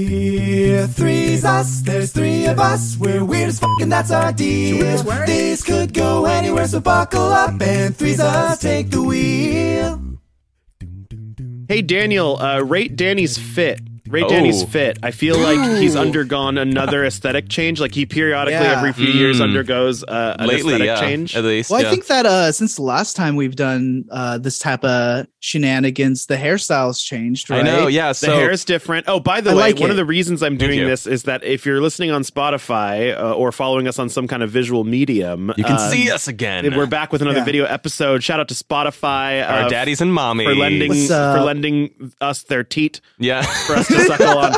We're three's us, there's three of us. We're weird as fuck and that's our deal. This could go anywhere, so buckle up and three's us, take the wheel. Hey Daniel, uh, rate Danny's fit. Rate Danny's Oh. fit. I feel like he's undergone another aesthetic change. Like he periodically, Yeah. every few years, Mm. undergoes uh, an Lately, aesthetic yeah. change. At least, Well, yeah. I think that uh, since the last time we've done uh, this type of shenanigans, the hairstyles changed, right? I know. oh, Yeah. The So hair is different. Oh, by the I way, like one it. of the reasons I'm Thank doing you. this is that if you're listening on Spotify uh, or following us on some kind of visual medium, you can uh, see us again. We're back with another Yeah. video episode. Shout out to Spotify, Our uh, daddies and mommies for lending What's up? for lending us their teat Yeah. for us to suckle on.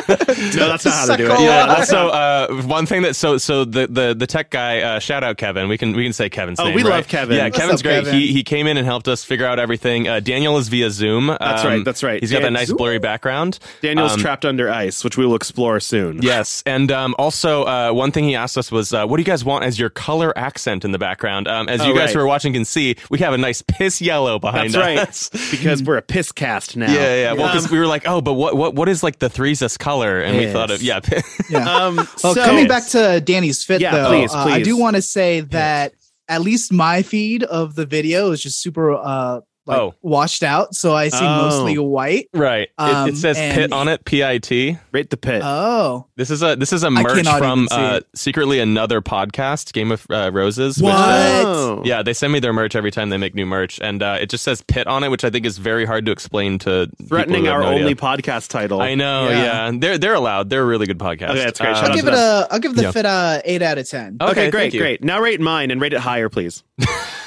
No, that's not how to do it. Suckle Yeah. on. Also, uh, one thing that so so the the, the tech guy uh, shout out Kevin. We can we can say Kevin's Oh, name. we love right? Kevin. Yeah, What's Kevin's up, great. Kevin? He he came in and helped us figure out everything. Uh, Daniel is via Zoom. Um, That's right, that's right. He's got that Dan- nice blurry background. Daniel's Um, trapped under ice, which we will explore soon. Yes, and um, also uh, one thing he asked us was, uh, "What do you guys want as your color accent in the background?" Um, as you Oh, guys right. who are watching can see, we have a nice piss yellow behind that's us. right, because we're a piss cast now. Yeah, yeah. yeah. Well, 'cause Um, we were like, "Oh, but what, what, what is like the threes us color?" And we thought of, yeah, Yeah. um, Well, so- coming back to Danny's fit, Yeah, though, please, uh, I please. do want to say that at least my feed of the video is just super uh, like Oh. washed out, so I see Oh. mostly white. right. It, Um, it says and- pit on it, P I T. rate the pit. Uh, Oh, This is a this is a I merch cannot from even see uh, it. secretly another podcast, Game of uh, Roses. which, What? uh, Oh. yeah, they send me their merch every time they make new merch, and uh, it just says pit on it, which I think is very hard to explain to people threatening who have our no idea. only podcast title. I know, yeah. Yeah. They're they're allowed. They're a really good podcast. Okay, that's great. Shout I'll out give to it them. a. I'll give the Yeah. fit a eight out of ten. Oh, Okay, great, thank you. great. Now rate mine and rate it higher, please.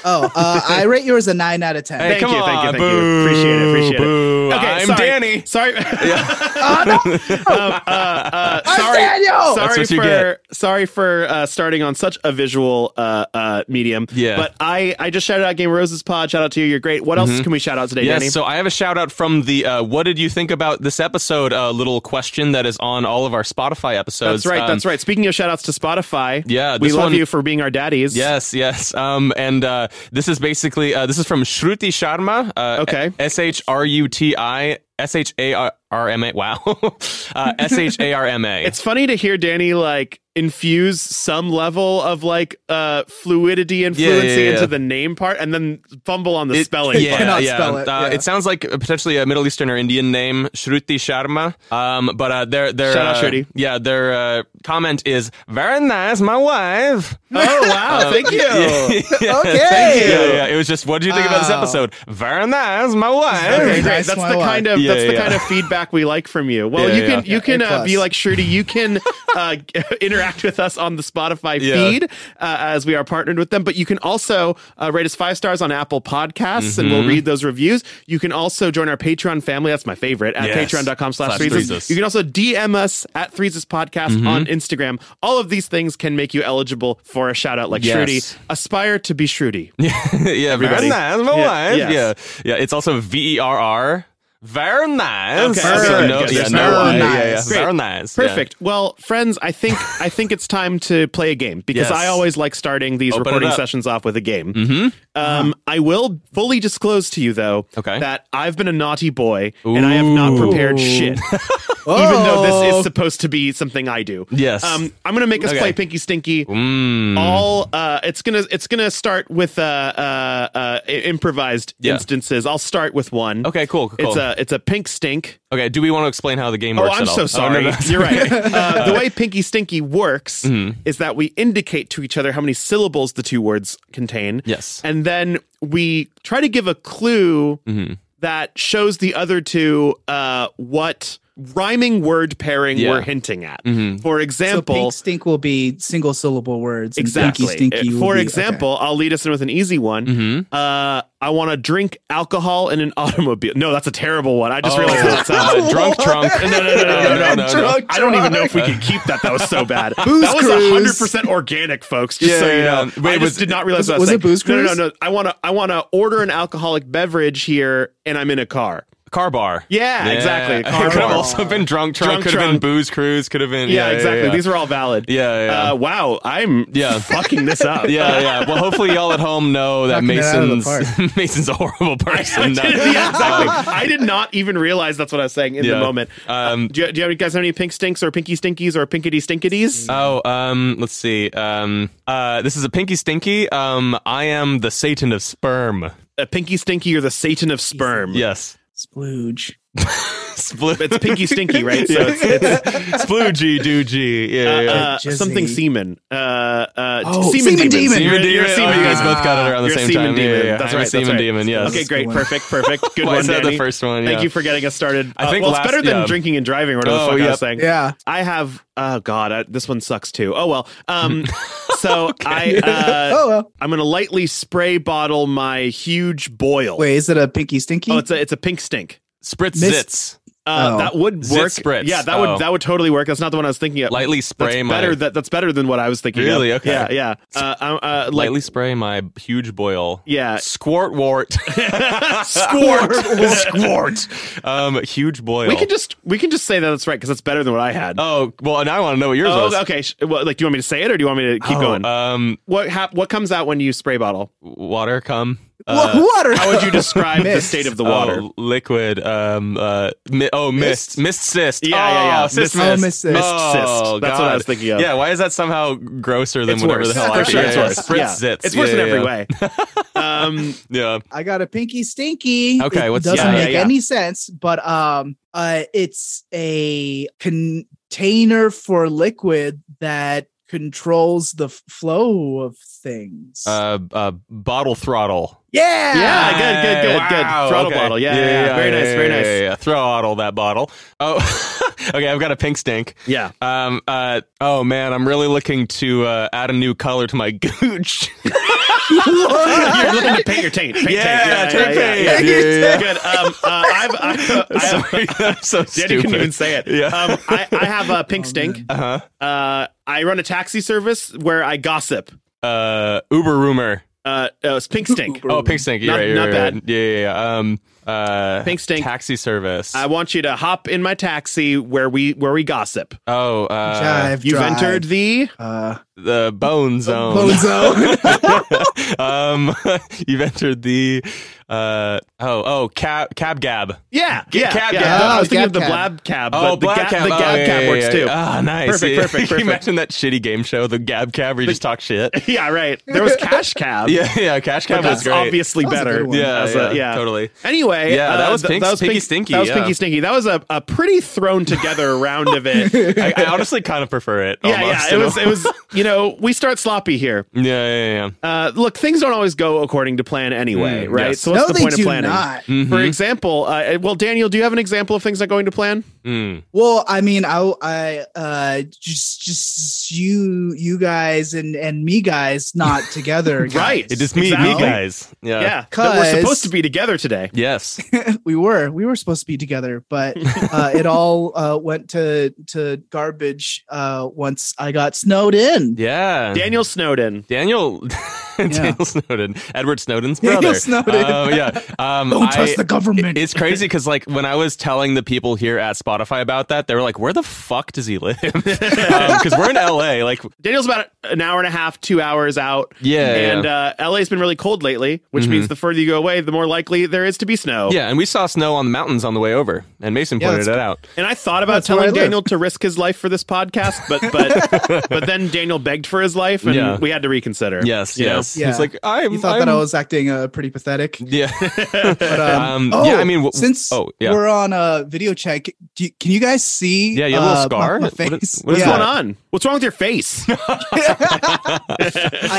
uh, I rate yours a nine out of ten. Hey, Thank come you, on, thank you, thank you. boo, Appreciate it, appreciate it. boo. Okay, I'm sorry. Danny. Sorry. Um, uh, uh, I'm sorry. Daniel! Sorry That's what you for get. sorry for uh, starting on such a visual uh, uh, medium. Yeah. But I I just shouted out Game of Roses Pod. Shout out to you. You're great. What else can we shout out today, Mm-hmm. Yes, Danny? so I have a shout out from the uh, "What did you think about this episode?" Uh, little question that is on all of our Spotify episodes. that's right. Um, that's right. Speaking of shout outs to Spotify, Yeah, we this love one- you for being our daddies. Yes, yes. Um, and uh, this is basically uh, this is from Shruti Sharma. Uh, Okay. S H R U T I S H A R R M A. Wow. uh, S H A R M A. It's funny to hear Danny like infuse some level of like uh fluidity and Yeah, yeah, fluency yeah. into the name part and then fumble on the spelling yeah, part. cannot yeah. spell it, Uh, yeah. it sounds like potentially a Middle Eastern or Indian name, Shruti Sharma. Um, but uh, their their Shout out, uh, Shruti. yeah, their uh, comment is very nice, my wife. Oh wow, thank you. Uh, Yeah, Okay. thank you. Yeah, yeah. It was just, what do you think about this Wow. episode? Very nice, my wife. Okay, Very great. nice, That's my the wife. kind of Yeah, that's the yeah. kind of feedback we like from you. Well, Yeah, you yeah. can you can A uh, plus. be like Shruti. You can uh, interact with us on the Spotify Yeah. feed uh, as we are partnered with them. But you can also uh, rate us five stars on Apple Podcasts, and Mm-hmm. we'll read those reviews. You can also join our Patreon family. That's my favorite at Yes. patreon.com/slash Slash Mm-hmm. Threeses. threeses. You can also DM us at threeses podcast on Instagram. All of these things can make you eligible for a shout out like Yes. Shruti. Aspire to be Shruti. yeah, Everybody. very nice, my Yeah, wife. yes. Yeah, yeah. It's also V E R R. Very nice. Okay, okay, So good, no, good. yeah, There's no no Y. nice. Yeah, yeah. Great. Very nice. yeah. Perfect. Well, friends, I think I think it's time to play a game because Yes. I always like starting these Open it recording up. sessions off with a game. Mm-hmm. Um, I will fully disclose to you though Okay. that I've been a naughty boy and I have not Ooh. Oh. prepared shit. Even though this is supposed to be something I do. Yes. Um, I'm gonna make us Okay. Mm. play Pinky Stinky. All uh, it's gonna it's gonna start with uh, uh, uh, i- improvised Yeah. instances. I'll start with one. Okay, cool. cool, It's cool. a it's a pink stink. okay, do we want to explain how the game Oh, works? I'm at all? so Oh, no, sorry. no. You're right. Uh, the way Pinky Stinky works Mm-hmm. is that we indicate to each other how many syllables the two words contain. Yes. And then we try to give a clue Mm. Mm-hmm. that shows the other two uh, what rhyming word pairing Yeah. Mm-hmm. we're hinting at. For So example, pink stink will be single syllable words. and exactly. Uh, Stinky stinky. will For be- okay. example, I'll lead us in with an easy one. Mm-hmm. Uh, I want to drink alcohol in an automobile. No, that's a terrible one. I just realized how that sounds. uh, drunk trunk. No, no, no, no, no, no, no, Drunk I don't even know if we could keep that. That was so bad. Booze that was cruise. hundred percent organic, folks. Just Yeah, so you yeah, know, yeah. Wait, I just was- did not realize was- that. was it like, booze No, no, cruise? no, no. I want to, I want to order an alcoholic beverage here, and I'm in a car. car bar. Yeah, exactly, car It could have bar. also been drunk trunk. Drunk Could have been trunk. booze cruise. Could have been yeah, exactly. Yeah, These are all valid. yeah, yeah. Uh, wow, I'm Yeah. fucking this up. yeah, yeah. Well, hopefully y'all at home know that Knocking it out of the Mason's Mason's a horrible person. yeah, exactly. I did not even realize that's what I was saying in Yeah. the moment. Um, Do you, do you guys have any pink stinks or pinky stinkies or pinkity stinkities? Oh, um, let's see. Um, uh, this is a pinky stinky. Um, I am the Satan of sperm. a pinky stinky or the Satan of sperm? Yes. Splooge. Split. It's pinky stinky, right? So Yeah. it's, it's Sploogey doogie. Yeah. yeah. uh, Jizzy. something semen. Uh, uh, Oh, semen, demon. semen demon. Semen demon. You're a Oh, semen you guys demon. both got it around the You're a same semen time. Yeah, demon. yeah, yeah. That's I'm a right, that's semen right. demon. Yes. Okay, That's great, the one. perfect, perfect. Good Why one, is that the Danny. first one? Thank Yeah. you for getting us started. I Uh, think well, last- it's better than yeah. drinking and driving. Or whatever Oh, the fuck I yeah. was saying. Yeah. I have. Oh God, I, this one sucks too. Oh well. Um, so I. Uh, oh well. I'm gonna lightly spray bottle my huge boil. Wait, is it a pinky stinky? Oh, it's a it's a pink stink. Spritz Miss- zits. Uh, Oh. That would Zit work. spritz. Yeah, that Oh. would that would totally work. That's not the one I was thinking of. Lightly that's spray my. better. That, that's better than what I was thinking. of. Really? Okay. Yeah, yeah. Uh, I'm, uh, like, lightly spray my huge boil. Yeah. Squirt wart. Squirt. Squirt. Um, huge boil. We can just we can just say that that's right because that's better than what I had. Oh well, and I want to know what yours Oh, was. okay. Sh- Well, like, do you want me to say it or do you want me to keep Oh, going? Um, what hap- What comes out when you spray bottle? water come. Wa- water. How would you describe the Mist. state of the water? Oh, liquid. Um. Uh. Mi- oh, mist. Mist? Mist cyst. Yeah, yeah, yeah. Oh, cyst Mist mist. cyst. Oh, mist cyst. Mist cyst. Oh, That's what I was God. thinking of. Yeah. Why is that somehow grosser than it's whatever worse. the hell For I sure, yeah, it's yeah, worse. yeah. Yeah. Spritz zits. It's worse Yeah, in every yeah, way. Um, Yeah. I got a pinky stinky. Okay, it what's- doesn't yeah, yeah, make yeah. any sense, but um, uh, it's a container for liquid that controls the f- flow of things. Uh. Uh. Bottle throttle. yeah, Yeah. good, good, good, Wow, good. Throttle bottle. Yeah, yeah, yeah. Very nice, very nice. yeah, yeah. Throttle that bottle. Oh, okay. I've got a pink stink. yeah. Um. Uh. Oh man, I'm really looking to uh, add a new color to my gooch. You're looking to paint your taint. Paint yeah, taint. tape yeah, yeah, paint. yeah. Yeah, yeah, yeah. Good. Um, uh, I've, I, I, Sorry, I'm so stupid. Danny couldn't even say it. Yeah. Um, I, I have a pink Oh, stink. man. Uh-huh. Uh, I run a taxi service where I gossip. Uh, Uber rumor. Uh, uh, it's pink stink. Uber. Oh, pink stink. You're Not- right, you're not right. bad. Yeah, yeah, yeah. Um, uh, Pink stink. Taxi service. I want you to hop in my taxi where we where we gossip. oh, uh, Jive You've drive. entered the uh, the bone zone. bone zone. um, you've entered the. Uh, oh, oh, cab, cab, gab. yeah G- yeah cab yeah. cab. I was Oh, thinking gab of the cab. blab cab. Oh, but the black gab, cab. The Oh, gab yeah, cab yeah, works yeah. too. Ah, nice. Perfect, Yeah. perfect, Can you perfect. imagine that shitty game show, the Gab Cab, where you just talk shit? yeah, right. There was cash cab. Yeah, yeah. Cash Cab But was that's great. obviously That was a better. good one. Yeah, As a- yeah, totally. Anyway, uh, Yeah, that was th- pink- Pinky Stinky, That was yeah. Pinky Stinky. That was a, a pretty thrown together round of it. yeah, I, I honestly kind of prefer it. almost, yeah. It in a was. way. It was. You know, we start sloppy here. Yeah, yeah, yeah. Uh, look, things don't always go according to plan anyway, Mm, right? yes. Mm-hmm. So what's no, the they point do of planning? not. For example, uh, well, Daniel, do you have an example of things not going to plan? Mm. Well, I mean, I, I, uh, just, just you, you guys, and and me guys, not together, guys. Right. It is me, me Exactly. guys. Yeah. yeah, that we're 'Cause- supposed to be together today. Yes. we were we were supposed to be together but uh, it all uh, went to to garbage uh, once i got snowed in Yeah. Daniel Snowden. Daniel. Daniel Snowden. Edward Snowden's brother. Daniel Snowden. Um, yeah. Um, don't I- trust the government It's crazy because, like, when I was telling the people here at Spotify about that, they were like, "Where the fuck does he live?" Because we're in LA. Like, Daniel's about an hour and a half, two hours out. Yeah, Mm-hmm. And Uh, LA's been really cold lately, which means the further you go away, the more likely there is to be snow. yeah, and we saw snow on the mountains on the way over, and Mason Yeah, pointed that's- it out. And I thought about where I telling live. Daniel to risk his life for this podcast, but but but then Daniel begged for his life, and Yeah. we had to reconsider. Yes, you know? yes. Yeah. He's like, "I'm." you thought I'm, that i was acting uh, pretty pathetic Yeah. but Um, um, oh, yeah, I mean, w- since oh, yeah. we're on a video check do you, can you guys see Yeah, you have a little uh, my- scar? my What is- face? what is What's Yeah. going on? What's wrong with your face? i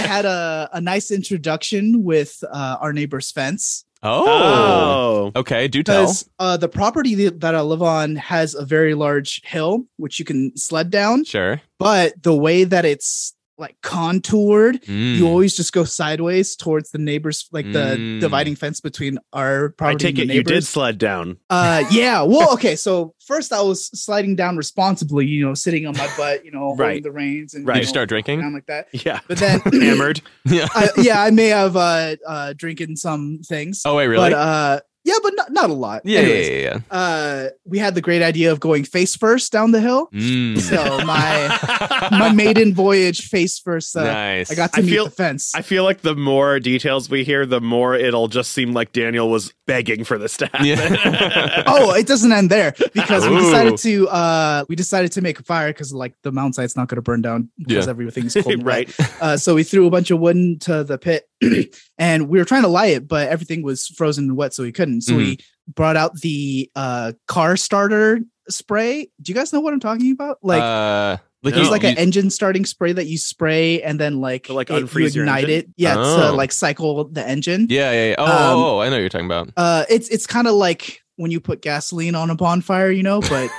had a, a nice introduction with uh, our neighbor's fence Oh. Okay. Do tell. because uh, the property that that I live on has a very large hill, which you can sled down. Sure. But the way that it's like contoured, Mm. you always just go sideways towards the neighbors, like Mm. the dividing fence between our I property. take it and the you did neighbors. sled down. Uh, yeah. Well, okay. So first, I was sliding down responsibly, you know, sitting on my butt, you know, Right. holding the reins, and Right. you Did you know, start drinking? down like that. Yeah, But then, hammered. Yeah. I, yeah, I may have uh, uh, drinking some things. Oh wait, really? But uh Yeah, but not, not a lot. Yeah, yeah, Anyways, yeah, yeah. Uh, we had the great idea of going face first down the hill. Mm. So my my maiden voyage face first. Uh, nice. I got to I meet feel- the fence. I feel like the more details we hear, the more it'll just seem like Daniel was begging for this to happen. Yeah. oh, it doesn't end there because we Ooh. decided to uh we decided to make a fire because like the mountain site's not going to burn down because Yeah. everything's cold. and wet. right. Uh, so we threw a bunch of wood into the pit, and we were trying to light it, but everything was frozen and wet, so we couldn't. So we Mm-hmm. brought out the uh car starter spray. Do you guys know what I'm talking about? Like. uh, like There's you- like you- an engine starting spray that you spray and then like, To, like, it- you unfreeze your ignite engine? it, yeah, to Oh. like cycle the engine. yeah, yeah, yeah. Oh, Um, oh, oh, I know what you're talking about. Uh, it's it's kind of like when you put gasoline on a bonfire, you know, but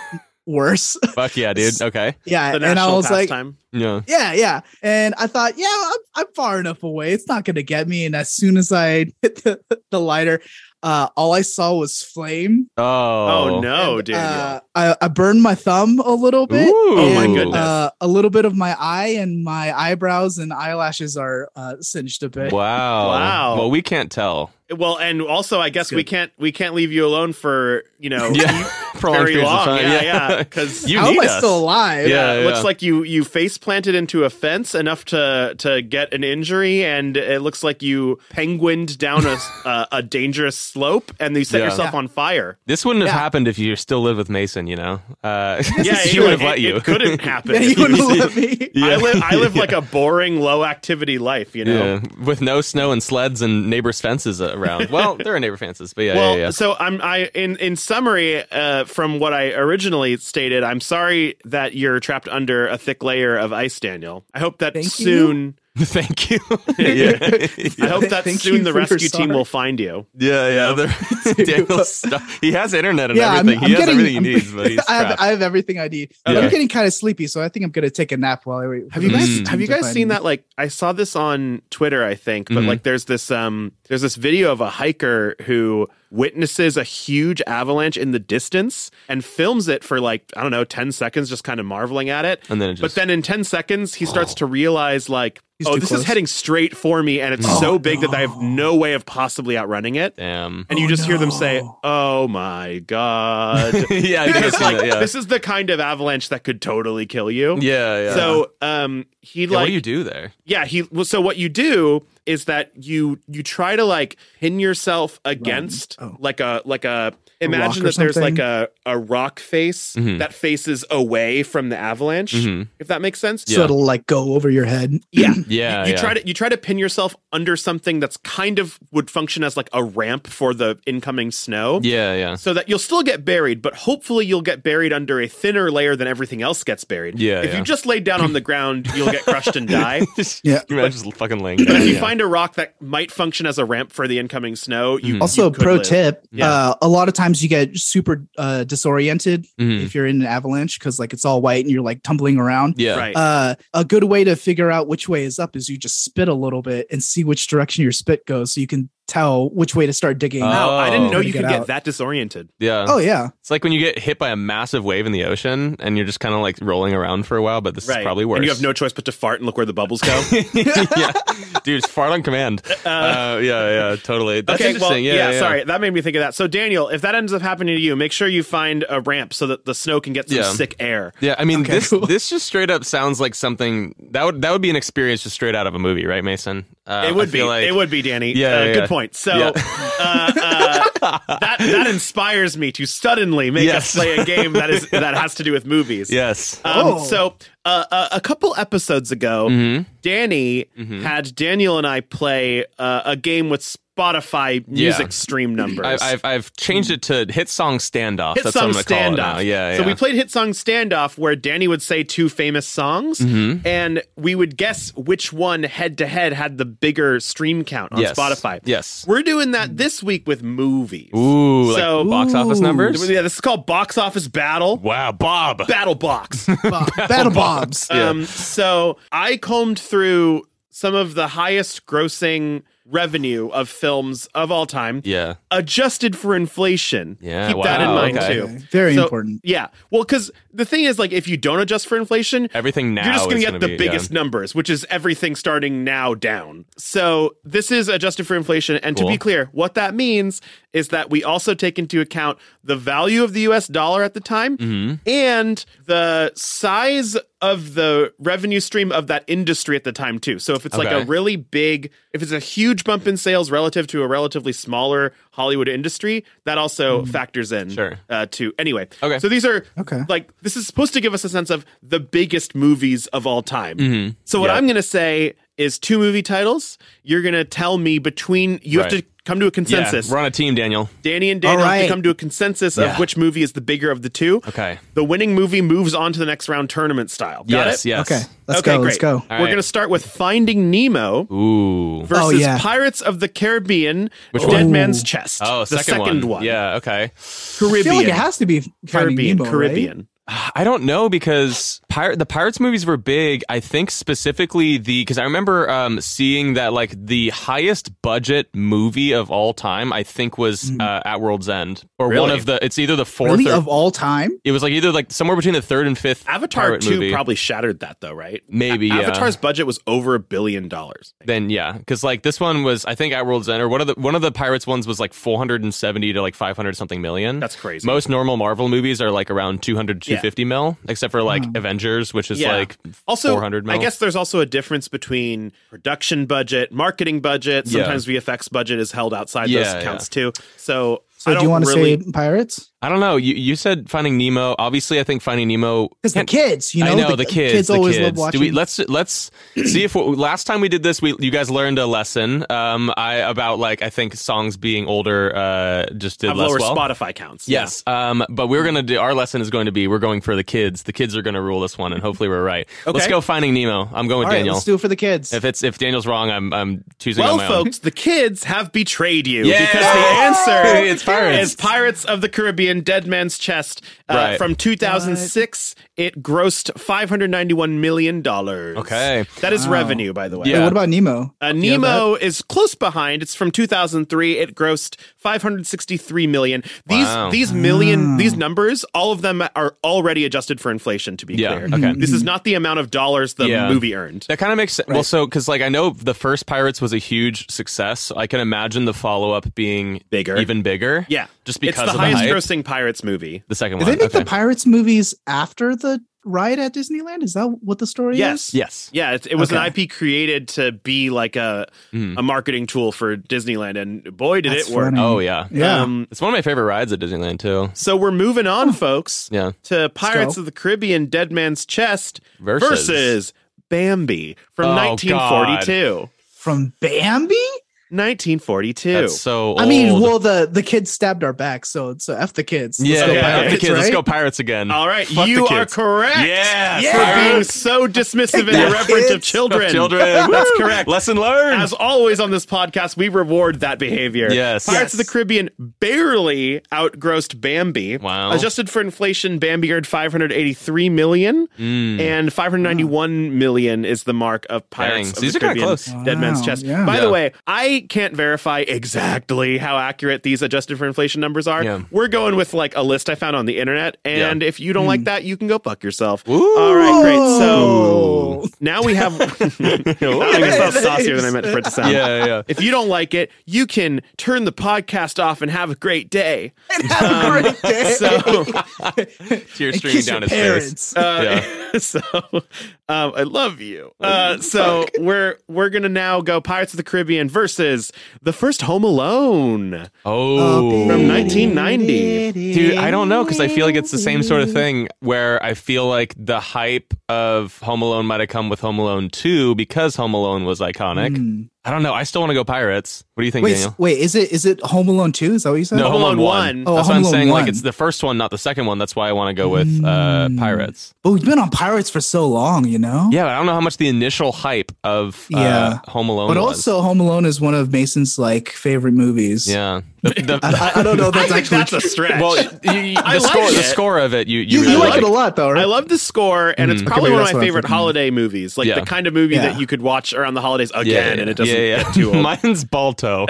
worse. Fuck yeah, dude. Okay. yeah, The and I national was like, pastime. Yeah. yeah, yeah, and I thought, yeah, I'm, I'm far enough away. It's not gonna get me. And as soon as I hit the, the lighter, uh, all I saw was flame. Oh. oh, no, And, Daniel. uh, I, I burned my thumb a little bit. Ooh. Oh, my and, goodness. Uh, a little bit of my eye and my eyebrows and eyelashes are uh, singed a bit. Wow. Wow. Well, we can't tell. well, and also, I guess That's we good. can't we can't leave you alone for you know Yeah. Prolonged very periods of long. time, Yeah, yeah. yeah, because You How am need I us. still alive? Yeah, yeah, it yeah. Uh, looks like you you face planted into a fence enough to to get an injury and it looks like you penguined down a s- uh, a, a dangerous slope and you set Yeah. yourself on fire This wouldn't have Yeah. happened if you still lived with Mason, you know? Uh, yeah she it- would have it- let you. it couldn't happen Yeah, you if you wouldn't just- let me. Yeah. i live i live like a boring low activity life you know Yeah, with no snow and sleds and neighbors' fences around. Well, there are neighbor fences, but yeah, well, yeah, yeah. so I'm I in in summary uh, from what I originally stated. I'm sorry that you're trapped under a thick layer of ice, Daniel. I hope that Thank you. soon. Thank you. yeah, I hope that Thank soon you the for your rescue team sorry. will find you. yeah, yeah. there- Daniel's stuff. He has internet and Yeah, I'm- everything. I'm he has getting- everything he I'm- needs, but he's I have, trapped. I have everything I need. But Yeah. I'm getting kind of sleepy, so I think I'm gonna take a nap while I wait. for Have you the guys Mm. team have you to guys find seen me. that like I saw this on Twitter I think but Mhm. like there's this um there's this video of a hiker who witnesses a huge avalanche in the distance and films it for like I don't know 10 seconds just kind of marveling at it And then it just- Oh. but then in 10 seconds he starts to realize like He's oh too this close. is heading straight for me and it's Oh, so big that I have no. no way of possibly outrunning it Damn. and you Oh, just hear them say no. oh my god yeah, I think I've Because, seen like, that, yeah. this is the kind of avalanche that could totally kill you yeah, yeah. so um he Yeah, like what do you do there? yeah he well, so what you do is that you you try to like pin yourself against Oh. like a like a imagine or that there's something? like a a rock face Mhm. that faces away from the avalanche Mhm. if that makes sense So it'll like go over your head. yeah Yeah, you yeah. try to you try to pin yourself under something that's kind of would function as like a ramp for the incoming snow yeah, yeah. so that you'll still get buried, but hopefully you'll get buried under a thinner layer than everything else gets buried. Yeah, If yeah. you just lay down on the ground, you'll get crushed and die. Yeah. You might just fucking laying But down, if you yeah. find a rock that might function as a ramp for the incoming snow, you Mhm. Also, you could pro live. tip: Yeah. uh, a lot of times you get super uh, disoriented Mhm. if you're in an avalanche because like it's all white and you're like tumbling around. yeah, right? Uh, a good way to figure out which way is up is you just spit a little bit and see which direction your spit goes, so you can tell which way to start digging. Uh, wow, I didn't Oh. know you Gotta could get get out. that disoriented. yeah. oh yeah, It's like when you get hit by a massive wave in the ocean and you're just kind of like rolling around for a while, but this Right, is probably worse. And you have no choice but to fart and look where the bubbles go. yeah, dude, it's fart on command. Uh, yeah, yeah, totally. That's okay, interesting. well, yeah, yeah, sorry, that made me think of that. So, Daniel, if that ends up happening to you, make sure you find a ramp so that the snow can get some Yeah. sick air. Yeah, I mean Okay, this cool. this just straight up sounds like something that would that would be an experience just straight out of a movie, right, Mason? Uh, It I would be. feel like- it would be, Danny. Yeah, Uh, yeah, yeah. Good point. So Yeah. uh, uh, that that inspires me to suddenly make us Yes. play a game that is that has to do with movies. Yes. Um, Oh. So uh, uh, a couple episodes ago, Mhm. Danny Mhm. had Daniel and I play uh, a game with Spotify music Yeah. stream numbers. I, I've I've changed it to hit song standoff. Hit That's song what I'm gonna standoff. call it now. Yeah, yeah. So we played hit song standoff where Danny would say two famous songs, Mhm. and we would guess which one head to head had the bigger stream count on yes. Spotify. Yes. We're doing that this week with movies. Ooh, like So- box office Ooh. numbers. Yeah, this is called Box Office Battle. Wow, Bob. Battle Box. Bob- battle bobs. Yeah. um, so I combed through some of the highest grossing revenue of films of all time, Yeah. adjusted for inflation. Yeah, Keep that in wow, mind okay. too. Very So- important. Yeah. Well, because the thing is, like, if you don't adjust for inflation, Everything now. you're just going is to get the be- biggest numbers, which is everything starting now down. So this is adjusted for inflation. And to Cool. be clear, what that means is that we also take into account the value of the US dollar at the time Mm-hmm. and the size of the revenue stream of that industry at the time, too. So if it's like Okay. a really big, if it's a huge bump in sales relative to a relatively smaller Hollywood industry, that also factors in Hmm. Sure. uh, to anyway. Okay. So these are Okay. like this is supposed to give us a sense of the biggest movies of all time. So what Mm-hmm. Yeah. I'm going to say is two movie titles. You're going to tell me between you have Right. to come to a Yeah. Yeah. consensus. We're on a team, Daniel. Danny and Daniel have to right. come to a consensus Yeah. of which movie is the bigger of the two. Okay. The winning movie moves on to the next round tournament style. Got yes. it? Yes. Okay, let's okay, go. Let's great. go. We're All right. going to start with Finding Nemo Ooh. versus Oh, yeah. Pirates of the Caribbean, Which Dead one? Man's Chest. Oh, the second, one. Yeah. Okay. I Caribbean. feel like it has to be Finding Caribbean. Nemo, right? Caribbean. I don't know because pirate the pirates movies were big. I think specifically the because I remember um, seeing that like the highest budget movie of all time. I think was uh, at World's End or one Really? of the. It's either the fourth Really, or of all time. it was like either like somewhere between the third and fifth Avatar pirate 2 movie. probably shattered that though, right? Maybe, yeah. Avatar's budget was over a billion dollars. Then yeah, because like this one was I think at World's End or one of the one of the pirates ones was like four hundred and seventy to like five hundred something million. That's crazy. Most normal Marvel movies are like around 200 Yeah. 250 mil, except for like Hmm. Avengers, which is like also 400 mil. I guess there's also a difference between production budget, marketing budget. Yeah. Sometimes VFX budget is held outside Yeah, those counts too. So, I So do don't you want to really, say pirates? I don't know. You you said Finding Nemo. Obviously, I think Finding Nemo. Because the And- kids, you know, I know the, kids. the always kids. love watching. Do we, let's let's see if what, last time we did this, we you guys learned a lesson. Um, I about like I think songs being older. Uh, just did have less lower well. Spotify counts? Yes. Um, but we're gonna do our lesson is going to be we're going for the kids. The kids are gonna rule this one, and hopefully we're right. Let's Okay. go Finding Nemo. I'm going with all right, Daniel. let's do it for the kids. if it's if Daniel's wrong, I'm I'm choosing Yeah. Well, on my own. folks, the kids have betrayed you Yeah. because the answer It's pirates. is Pirates of the Caribbean: Dead Man's Chest uh, Right. from 2006. It grossed 591 million dollars. Okay. that is revenue, by the way. Hey, yeah. what about Nemo? Uh, you have Nemo is close behind. It's from 2003. It grossed 563 million. These Wow. these million these numbers, all of them are already adjusted for inflation. To be Yeah, clear, okay. this is not the amount of dollars the Yeah. movie earned. That kind of makes sense. Well, so because like I know the first Pirates was a huge success, so I can imagine the follow up being Bigger. even bigger. Yeah, just because it's the of highest hype. grossing pirates movie. The second Did one. they make okay. the pirates movies after the ride at Disneyland? Is that what the story Yes, is? yes. yeah. It, it was an Okay. IP created to be like a Mm-hmm. a marketing tool for Disneyland, and boy, did That's it work! funny. Oh yeah. Yeah. Um, It's one of my favorite rides at Disneyland too. so we're moving on, folks. Yeah. to Pirates go. of the Caribbean Dead Man's Chest Versus. versus, Bambi from Oh, 1942. From Bambi? 1942. That's so. I mean, old. well, the the kids stabbed our back, so so f the kids. Let's yeah. go yeah, Pirates, fuck the kids. Let's right? go Pirates again. All right, Fuck the you are kids. correct. Yes, for Pirates. being so dismissive and that, irreverent of kids. children. Children. That's correct. Lesson learned. As always on this podcast, we reward that behavior. Yes. Pirates Yes. of the Caribbean barely outgrossed Bambi. Wow. Adjusted for inflation, Bambi earned 583 million Mm. and 591 million is the mark of Pirates Dang, of these the are kinda Caribbean close. Dead Man's Wow, Chest. yeah. By the Yeah. way, I can't verify exactly how accurate these adjusted for inflation numbers are. Yeah. We're going with like a list I found on the internet and if you don't Hmm. like that, you can go fuck yourself. Ooh. All right, great. So Oh. now we have. I think it sounds saucier than I meant for it to sound. Yeah, yeah. If you don't like it, you can turn the podcast off and have a great day. Um, Have a great day. So, Tears And streaming kiss down your his face. parents. uh, Yeah. so um, I love you. Uh, so we're we're gonna now go Pirates of the Caribbean versus the first Home Alone. Oh, From 1990. Dude, I don't know because I feel like it's the same sort of thing where I feel like the hype of Home Alone might have come with Home Alone 2 because Home Alone was iconic. I don't know. I still want to go Pirates. What do you think, Mm. Hmm. Wait, Daniel? wait, is it is it Home Alone two? Is that what you said? No, Home Alone 1. 1. Oh, That's Home what I'm Alone saying. Like, 1. it's the first one, not the second one. That's why I want to go with uh, Pirates. But Oh, we've been on Pirates for so long, you know. Yeah, but I don't know how much the initial hype of uh, Yeah. Home Alone But was. also, Home Alone is one of Mason's like favorite movies. yeah. The, the, I, I don't know. if That's I think actually that's a stretch. well, you, you- the I like score, the it. score of it, you you, You, you really like like- it a lot though, I right? love the score, and it's Mm. probably Okay, maybe one that's of my what I'm favorite thinking. holiday movies, like Yeah. the kind of movie Yeah. that you could watch around the holidays again, yeah, yeah, and it doesn't yeah, yeah. get too old. Mine's Balto.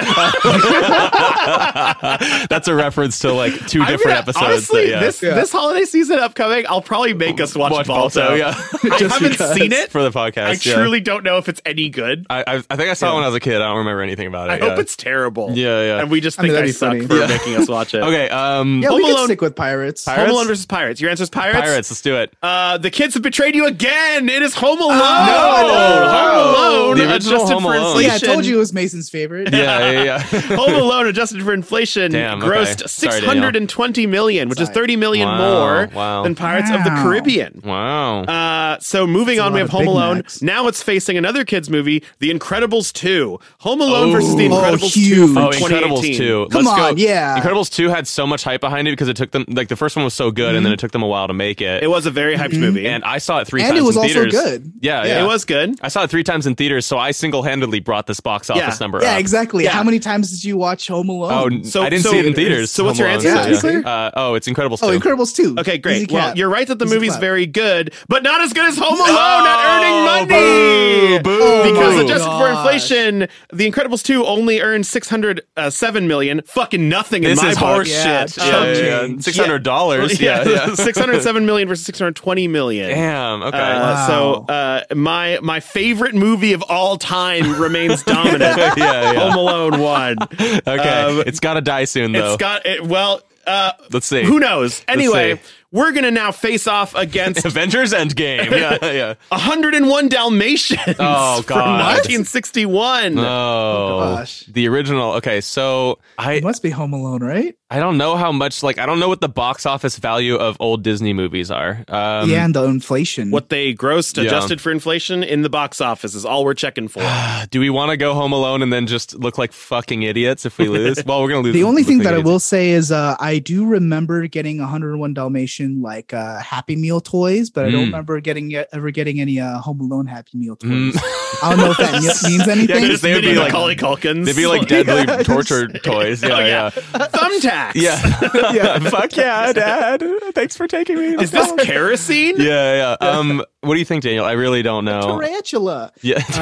That's a reference to like two I mean, different I- episodes. Honestly, that, yeah. this Yeah. this holiday season upcoming, I'll probably make us watch, Watch Balto. yeah. I Just haven't because. seen it. for the podcast. I yeah. truly don't know if it's any good. I, I, I think I saw it when I was a kid. I don't remember anything about it. I yeah. hope it's terrible. Yeah, yeah. And we just I mean, think I, that'd be suck funny. for Yeah. making us watch it. okay. Um, yeah, Home we could Alone- stick with pirates. Pirates? Home Alone versus Pirates. Your answer's Pirates. pirates. Let's do it. Uh, the kids have betrayed you again. It is Home Alone. Oh, no. Home Alone. The original adjusted Home for Alone. yeah, I inflation. told you it was Mason's favorite. Yeah, yeah, yeah. Home Alone adjusted for inflation Damn, okay. grossed Sorry, six Danielle. hundred and twenty million, which is Sorry. thirty million Wow, more wow. than Pirates of the Wow. Caribbean. wow. Uh, so moving That's a on, we lot have of Home Big Alone. Macs. Now it's facing another kids movie, The Incredibles Two. Home Alone Oh. versus The Oh, Incredibles Two huge. from Oh, Incredibles 2018. 2. Come Let's on, go. yeah. Incredibles 2 had so much hype behind it because it took them, like, the first one was so good and then it took them a while to make it. Mm-hmm. It was a very hyped movie, Mm-hmm. and I saw it three And times it was in also theaters. good. Yeah, Yeah, yeah. Uh, it was good. I saw it three times in theaters, so I single handedly brought this box office Yeah. number Yeah, up. exactly. Yeah. How many times did you watch Home Alone? Oh, n- So- I didn't so- see it in theators. so what's Home your Alone, answer? Yeah, so, to be clear. Uh, oh, it's Incredibles 2. oh, Incredibles too. Okay, great. Well, you're right that the Easy movie's clap. very good, but not as good as Home Alone Oh, at earning money. boo, boo. Oh because my adjusted for gosh. inflation, The Incredibles 2 only earned 607 million. Fucking nothing This in my is book. horse Yeah, shit. Yeah, yeah, yeah. change. $600. Yeah, yeah. 607 million versus 620 million. Damn. Okay. Uh, So uh, my my favorite movie of all time remains dominant. yeah, yeah. Home Alone one. Okay, Okay. it's got to die soon, though. Oh, um, it's got it. Well, uh, Let's see. who knows? Anyway, see. we're gonna now face off against Avengers Endgame. Yeah, yeah. 101 Dalmatians Oh, from God. 1961. Oh, gosh. the original. Okay, so I It must be Home Alone, right? I don't know how much like I don't know what the box office value of old Disney movies are. Um, yeah, and the inflation. what they grossed Yeah. adjusted for inflation in the box office is all we're checking for. Do we want to go home alone and then just look like fucking idiots if we lose? well, we're gonna lose. the only Look thing like that I idiots. will say is uh, I do remember getting 101 Dalmatian like uh, Happy Meal toys, but I Mm. don't remember getting ever getting any uh, Home Alone Happy Meal toys. Mm. I don't know if that me- means anything. Because they would Mini be like- Macaulay Culkins. They'd be like deadly torture toys. Yeah, Oh, yeah. yeah, thumbtacks. yeah. Fuck yeah, Dad. Thanks for taking me. Is this kerosene? yeah, yeah. Um, what do you think, Daniel? I really don't know. Tarantula. Yeah.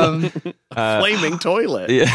Um, Uh, Flaming toilet. yeah.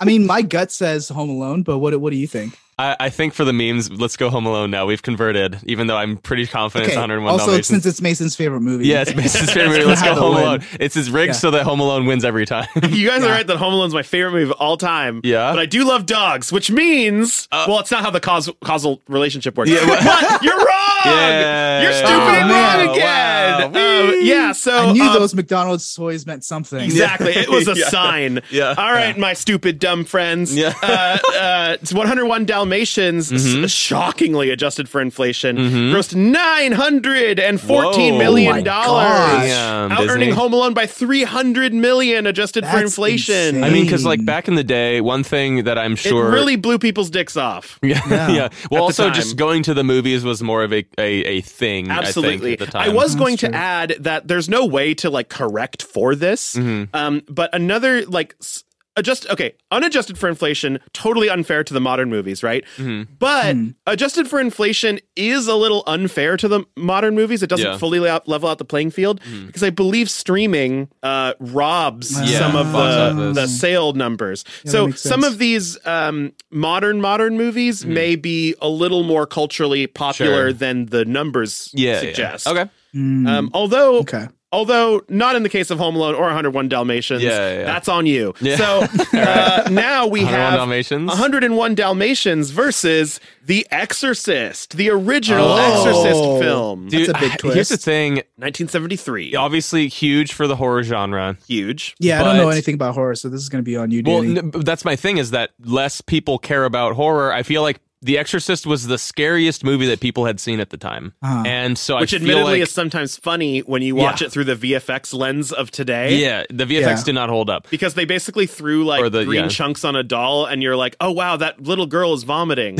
I mean, my gut says Home Alone, but what what do you think? I, I think for the memes, let's go Home Alone now. We've converted, even though I'm pretty confident it's 101 Also, Dalmatians. since it's Mason's favorite movie, yes, Mrs. Fairbury, let's go How to Home win. Alone. It's his rigged Yeah. so that Home Alone wins every time. You guys are Yeah. right that Home Alone's my favorite movie of all time. Yeah. Uh, But I do love dogs, which means, well, it's not how the caus- causal relationship works. Yeah, but you're wrong. Yeah. You're stupid Oh, and man. wrong again. Wow. Um, yeah. So I knew um, those McDonald's toys meant something. Exactly. It was a Yeah. sign. Yeah. All right, my stupid dumb friends. Yeah. Mm-hmm. Uh, uh, it's 101 Dalmatians, s- shockingly adjusted for inflation, grossed 914 Whoa. million Oh my dollars. gosh. Damn, Out earning Disney. Home Alone by 300 million adjusted for That's inflation. insane. I mean, because like Mm. back in the day, one thing that I'm It sure really blew people's dicks off. yeah, yeah. Yeah. Well, also time. just going to the movies was more of a a, a thing. Absolutely. I, think, at the time. was That's going to true. add that there's no way to like correct for this. Mm-hmm. Um, but another like s- adjust okay, unadjusted for inflation, totally unfair to the modern movies, right? Mm-hmm. But Mm. adjusted for inflation is a little unfair to the modern movies. It doesn't Yeah. Mm-hmm. fully lay out, level out the playing field because I believe streaming uh, robs Yeah, some of box the, office. the sale numbers. Yeah, that so makes some sense. of these um, modern modern movies may be a little more culturally popular Mm. Sure. than the numbers yeah, suggest. Yeah. Okay. Mm, Um, although, okay. although not in the case of Home Alone or 101 Dalmatians, Yeah, yeah, yeah. that's on you. Yeah. So uh, now we 101 have Dalmatians? 101 Dalmatians versus The Exorcist, the original Oh. Exorcist film, Dude. That's a big Here's the twist. thing. 1973. Obviously, huge for the horror genre. Huge. Yeah, I don't know but- anything about horror, so this is going to be on you, Well, Danny. n- but that's my thing is that less people care about horror. I feel like The Exorcist was the scariest movie that people had seen at the time, Ah. and so Which I feel admittedly like is sometimes funny when you watch Yeah. it through the VFX lens of today. yeah, the VFX Yeah. did not hold up. Because they basically threw like Or the- green yeah. chunks on a doll, and you're like, oh wow, that little girl is vomiting.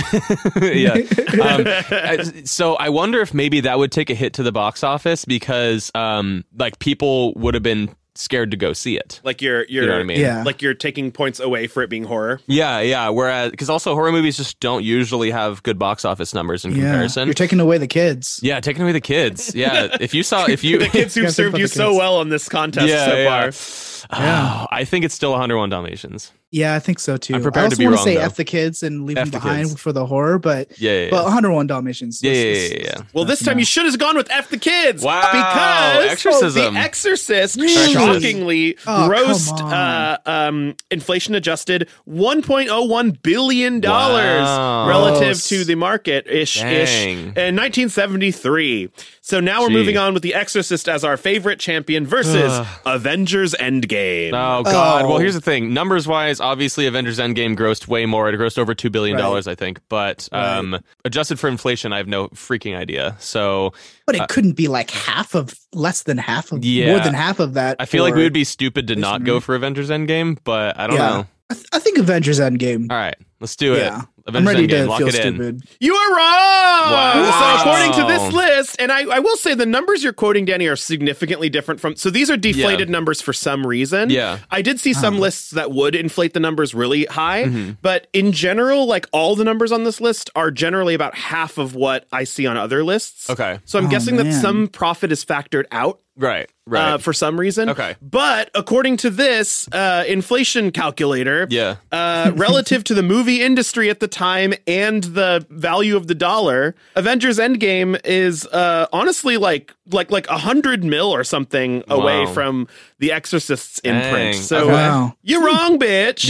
yeah. Um, I- so I wonder if maybe that would take a hit to the box office because, um, like, people would have been scared to go see it. Like you're you're You know what I mean? Yeah. like you're taking points away for it being horror. Yeah, yeah. Whereas, because also horror movies just don't usually have good box office numbers in comparison. You're taking away the kids. yeah, taking away the kids. Yeah, if you saw, if you, The kids who've Gotta think served about you the so kids. well on this contest yeah, so yeah. far. Oh, I think it's still 101 Dalmatians. Yeah, I think so too. I'm prepared I to also be wanna wrong, say though. F the kids and leave F them the behind kids. for the horror, but Yeah, yeah, yeah. but 101 Dalmatians. Yeah, This yeah, is- yeah, yeah. Well, this time you should have gone with F the kids. Wow, Because exorcism. The Exorcist Really? shockingly Oh, come grossed on. uh, um, inflation adjusted $1.01 billion Wow. relative Gross. to the market ish ish Dang. in 1973. So now we're Gee. moving on with The Exorcist as our favorite champion versus Ugh. Avengers Endgame. Oh God! Oh. Well, here's the thing. Numbers wise, obviously, Avengers Endgame grossed way more. It grossed over two billion dollars, I think. But um, adjusted for inflation, I have no freaking idea. So But it couldn't be like half of less than half of Uh, Yeah. more than half of that. I feel like for- we would be stupid to Jason not go Reed. for Avengers Endgame, but I don't Yeah. know. I, th- I think Avengers Endgame. All right, let's do it. Yeah. I'm Avengers ready Endgame, to lock feel it in. stupid. You are wrong. Wow. So according to this list, and I, I will say the numbers you're quoting, Danny, are significantly different from. So these are deflated numbers for some reason. Yeah. I did see Uh-huh. some lists that would inflate the numbers really high, Mm-hmm. but in general, like all the numbers on this list are generally about half of what I see on other lists. Okay. So I'm Oh, guessing that man. some profit is factored out Right, right. uh, for some reason. Okay. But according to this uh, inflation calculator, Yeah. uh, relative to the movie industry at the time and the value of the dollar, Avengers Endgame is uh, honestly like like like a hundred mil or something away Wow. from The Exorcist's imprint. Dang. So Okay. Wow. you're wrong, bitch.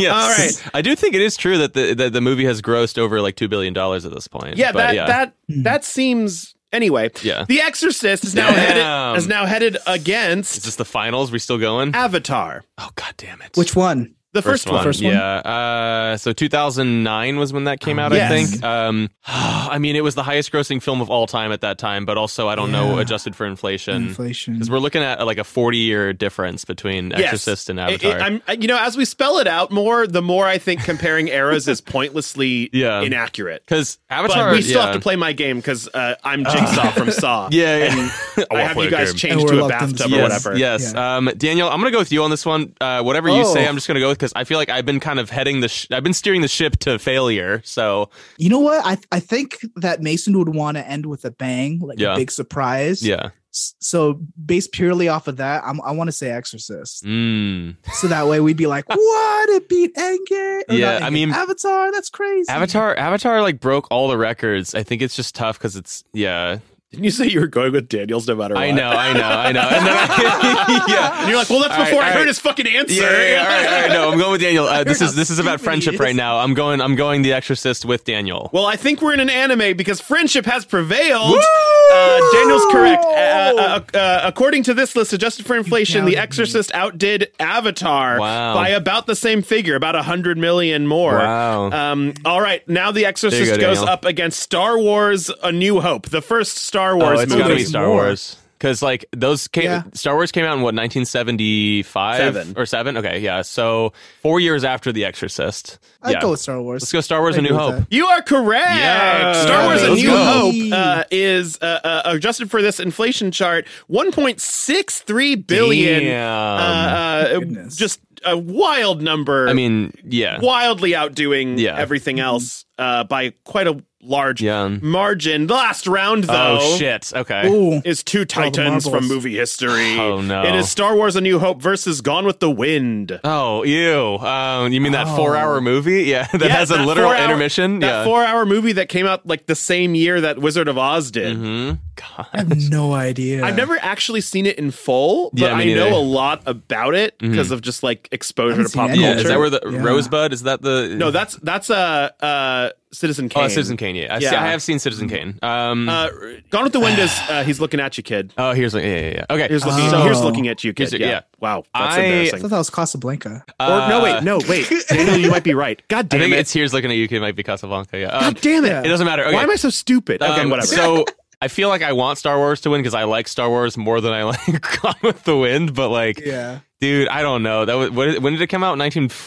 yes. all right. I do think it is true that the that the movie has grossed over like two billion dollars at this point. yeah, but that yeah. that Hmm. that seems. Anyway, Yeah. The Exorcist is now headed Damn. is now headed is against this the finals. We still going? Avatar, Oh god damn it! Which one? the first, one. First one? Yeah. Uh, so 2009 was when that came out, yes. I think. Um, I mean, it was the highest grossing film of all time at that time, but also, I don't know, Yeah. adjusted for inflation. Inflation. Because we're looking at uh, like a 40 year difference between Exorcist and It- it- Avatar. I'm- I- you know, as we spell it out more, the more I think comparing eras is pointlessly Yeah. inaccurate. Because Avatar. But we still yeah. have to play my game because uh, I'm Jigsaw from Saw. Yeah, yeah. I wanna have play you a guys game. changed And to we're a locked into bathtub the or yes, whatever. Yes. Um, Daniel, I'm going to go with you on this one. Uh, whatever you say, Oh. I'm just going to go with because I feel like I've been kind of heading the. Sh- I've been steering the ship to failure. So You know what? I I think that Mason would want to end with a bang, like Yeah. a big surprise. yeah. S- So based purely off of that, I'm, I want to say Exorcist. Mm. so that way we'd be like, what? It beat Endgame. or Yeah, not I Endgame, mean- Avatar. That's crazy. Avatar. Avatar like broke all the records. I think it's just tough because it's yeah. Didn't you say you were going with Daniels no matter what? I know. I know. I know. And then I, yeah. And you're like, well, that's All right, before I all heard right. his fucking answer. Yeah, yeah, yeah, all right, all right. No, I'm going with Daniel. Uh, this You're is not this is about stupid, friendship idiots. right now. I'm going. I'm going The Exorcist with Daniel. Well, I think we're in an anime because friendship has prevailed. Uh, Daniel's correct. Uh, uh, uh, according to this list, adjusted for inflation, The doubted me. Exorcist outdid Avatar Wow. by about the same figure, about a hundred million more. Wow. Um, all right, now The There you Exorcist go, goes Daniel. up against Star Wars: A New Hope, the first Star Wars oh, it's movie. gotta be There's Star more. Wars because like those came, Yeah. Star Wars came out in what 1975 Seven. or seven. Okay, yeah. So four years after The Exorcist. I'd yeah. go with Star Wars. Let's go Star Wars: I A New agree with Hope. that. You are correct. Yeah. Star Wars: A Let's New go. Hope uh, is uh, uh, adjusted for this inflation chart, one point six three billion. Damn. Uh, uh, Goodness. just a wild number. Um, I mean, yeah. wildly outdoing Yeah. everything Mm-hmm. else uh, by quite a large Yeah. margin. The last round, though. Oh shit. Okay. Ooh. Is two titans from marbles. movie history. Oh, no. It is Star Wars: A New Hope versus Gone with the Wind. Oh, ew. Um, you mean that Oh. four-hour movie? Yeah, that Yeah, has a that literal four-hour- intermission. That yeah. four-hour movie that came out like the same year that Wizard of Oz did. Mhm. I God. have no idea. I've never actually seen it in full, but Yeah, I me know neither. Mm-hmm. a lot about it because of just like exposure Haven't to pop seen culture. any. Yeah. Is that where the Yeah. Rosebud? Is that the no, that's that's a uh, uh, Citizen Kane. Oh, Citizen Kane. Yeah, I, see, Yeah. I have seen Citizen Kane. Um, Uh, Gone with the Wind is uh, he's looking at you, kid. oh, here's like, yeah, yeah, yeah. Okay, Here's looking. Oh. Here's looking at you, Here's kid. it, yeah. yeah. Wow. That's I- I embarrassing. thought that was Casablanca. or no, wait, Uh, no, wait. Daniel, you might be right. God I damn think it. it's here's looking at you. It might be Casablanca. Yeah. Um, God damn it. it doesn't matter. Okay. Why am I so stupid? okay, Um, whatever. So I feel like I want Star Wars to win because I like Star Wars more than I like Gone with the Wind. But like, Yeah. dude, I don't know. That was what, when did it come out?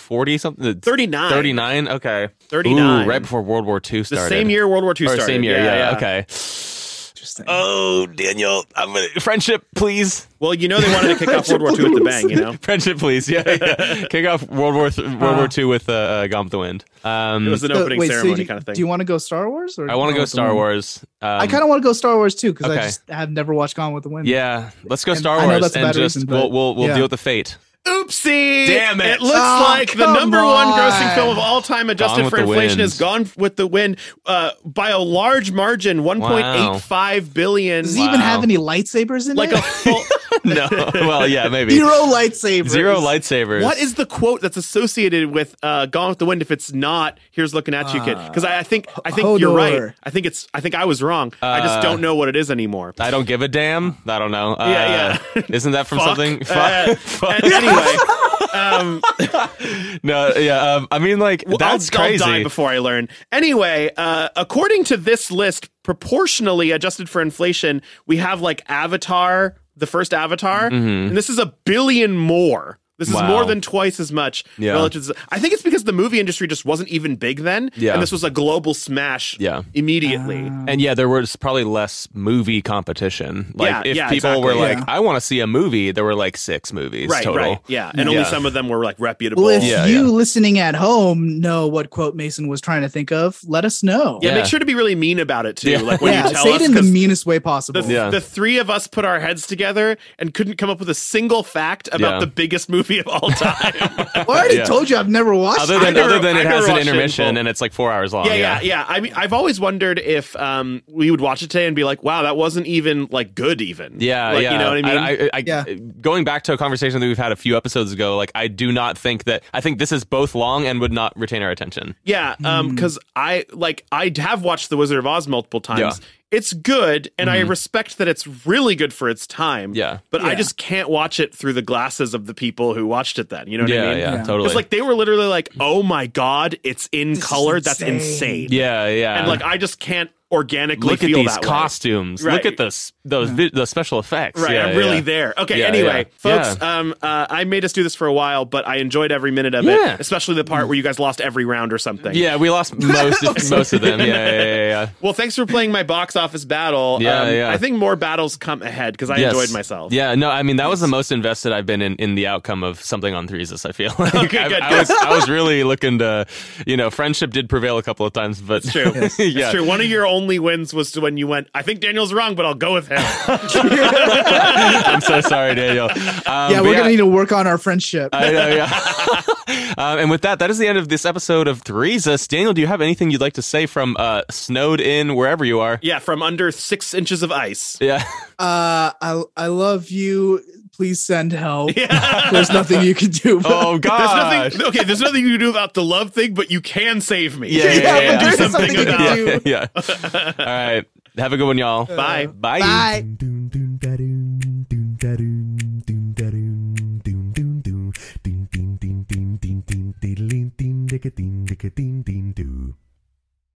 1940 something. 39. 39? Okay. 39. Ooh, right before World War II the started. same year World War II Or started. same year. Yeah. Okay. Interesting. uh, Oh, Daniel, I'm gonna friendship, please. Well, you know they wanted to kick off World War II with the bang, you know? Friendship, please. Yeah, yeah. Kick off World War th- World War Two with uh, uh, Gone with the Wind. It Um, was an So, opening wait, so ceremony you- kind of Do you thing. want to go Star Wars? Or I want to Gone go with the Star Wind? Wars. Um, I kind of want to go Star Wars too because okay. I just have never watched Gone with the Wind. Yeah, let's go And Star I know Wars that's a and bad just reason, but- we'll we'll, we'll yeah. deal with the fate. Oopsie! Damn it. It looks Oh, like the come number one on. grossing film of all time, adjusted with for the inflation, Wind. is Gone with the Wind uh, by a large margin, one point eight five billion. Does he even Wow. have any lightsabers in Like it? a full. no, well, yeah, maybe zero lightsabers. Zero lightsabers. What is the quote that's associated with uh, "Gone with the Wind"? If it's not, here's looking at you, kid. Because I, I think I think you're Ah. Hodor. right. I think it's I think I was wrong. I just don't know what it is anymore. Uh, I don't give a damn. I don't know. Uh, Yeah, yeah. Isn't that from Fuck. something? Uh, Fuck. Fuck. And anyway, um, No, yeah. Um, I mean, like well, I'll- that's I'll, crazy. die before I learn. Anyway, uh, according to this list, proportionally adjusted for inflation, we have like Avatar, the first Avatar, and this is a billion more. This is Mm-hmm. Wow. more than twice as much. Yeah. Relative to, I think it's because the movie industry just wasn't even big then, Yeah. and this was a global smash Yeah. immediately. Ah. And yeah, there was probably less movie competition. Like Yeah, if yeah, people were exactly. like, Yeah. "I want to see a movie," there were like six movies right, total. right, yeah, and only Yeah. some of them were like reputable. Well, if Yeah. you listening at home know what quote Mason was trying to think of, let us know. yeah, Yeah. make sure to be really mean about it too. Yeah. Like when Yeah, you tell say us, it in the 'cause- meanest way possible. The, Yeah. the three of us put our heads together and couldn't come up with a single fact about Yeah. the biggest movie of all time. I already Yeah. told you I've never watched Other it. than I never- other than I it never has an watched it in intermission full. and it's like four hours long. yeah, yeah, yeah. I mean, I've always wondered if um, we would watch it today and be like, "Wow, that wasn't even like good, even." Yeah, like, yeah. You know what I mean? I, I, Yeah. Going back to a conversation that we've had a few episodes ago, like I do not think that I think this is both long and would not retain our attention. yeah, because I like I have watched The Wizard of Oz multiple times. Hmm. Yeah. Hmm. It's good, and I respect that it's really good for its time. Yeah. but I Yeah. just can't watch it through the glasses of the people who watched it then. You know what yeah, I mean? yeah, Yeah. totally. It's like they were literally like, "Oh my god, it's in is color. That's insane." insane." yeah, yeah. and like I just can't organically look at feel these that way. costumes. Look Right. at those those vi- the special effects. Right, Yeah, I'm really yeah. there. Okay, Yeah, anyway, yeah. folks, um, uh, I made us do this for a while, but I enjoyed every minute of Yeah. Hmm. it, especially the part where you guys lost every round or something. Yeah, we lost most of, most of them. Yeah, yeah, yeah. yeah. Well, thanks for playing my box office battle. Yeah, um, yeah. I think more battles come ahead because I Yes. enjoyed myself. Yeah, no, I mean that was the most invested I've been in, in the outcome of something on Threesis. I feel like Okay, I, good, I good. was I was really looking to, you know, friendship did prevail a couple of times, but It's true. It's yeah, true. One of your only wins was to when you went, I think Daniel's wrong, but I'll go with him. I'm so sorry, Daniel. Um, yeah, but we're gonna need to work on our friendship. I know, yeah. um, and with that, that is the end of this episode of Threesis. Daniel, do you have anything you'd like to say from uh, snowed in wherever you are? yeah, from under six inches of ice. Yeah, Uh, I I love you. Please send help. Yeah. There's nothing you can do. Oh God. There's nothing. Okay, there's nothing you can do about the love thing, but you can save me. Yeah, yeah, yeah, yeah. do There's something, something you can about. do. it. yeah, yeah. All right. Have a good one, y'all. Bye. Bye. Bye. Bye.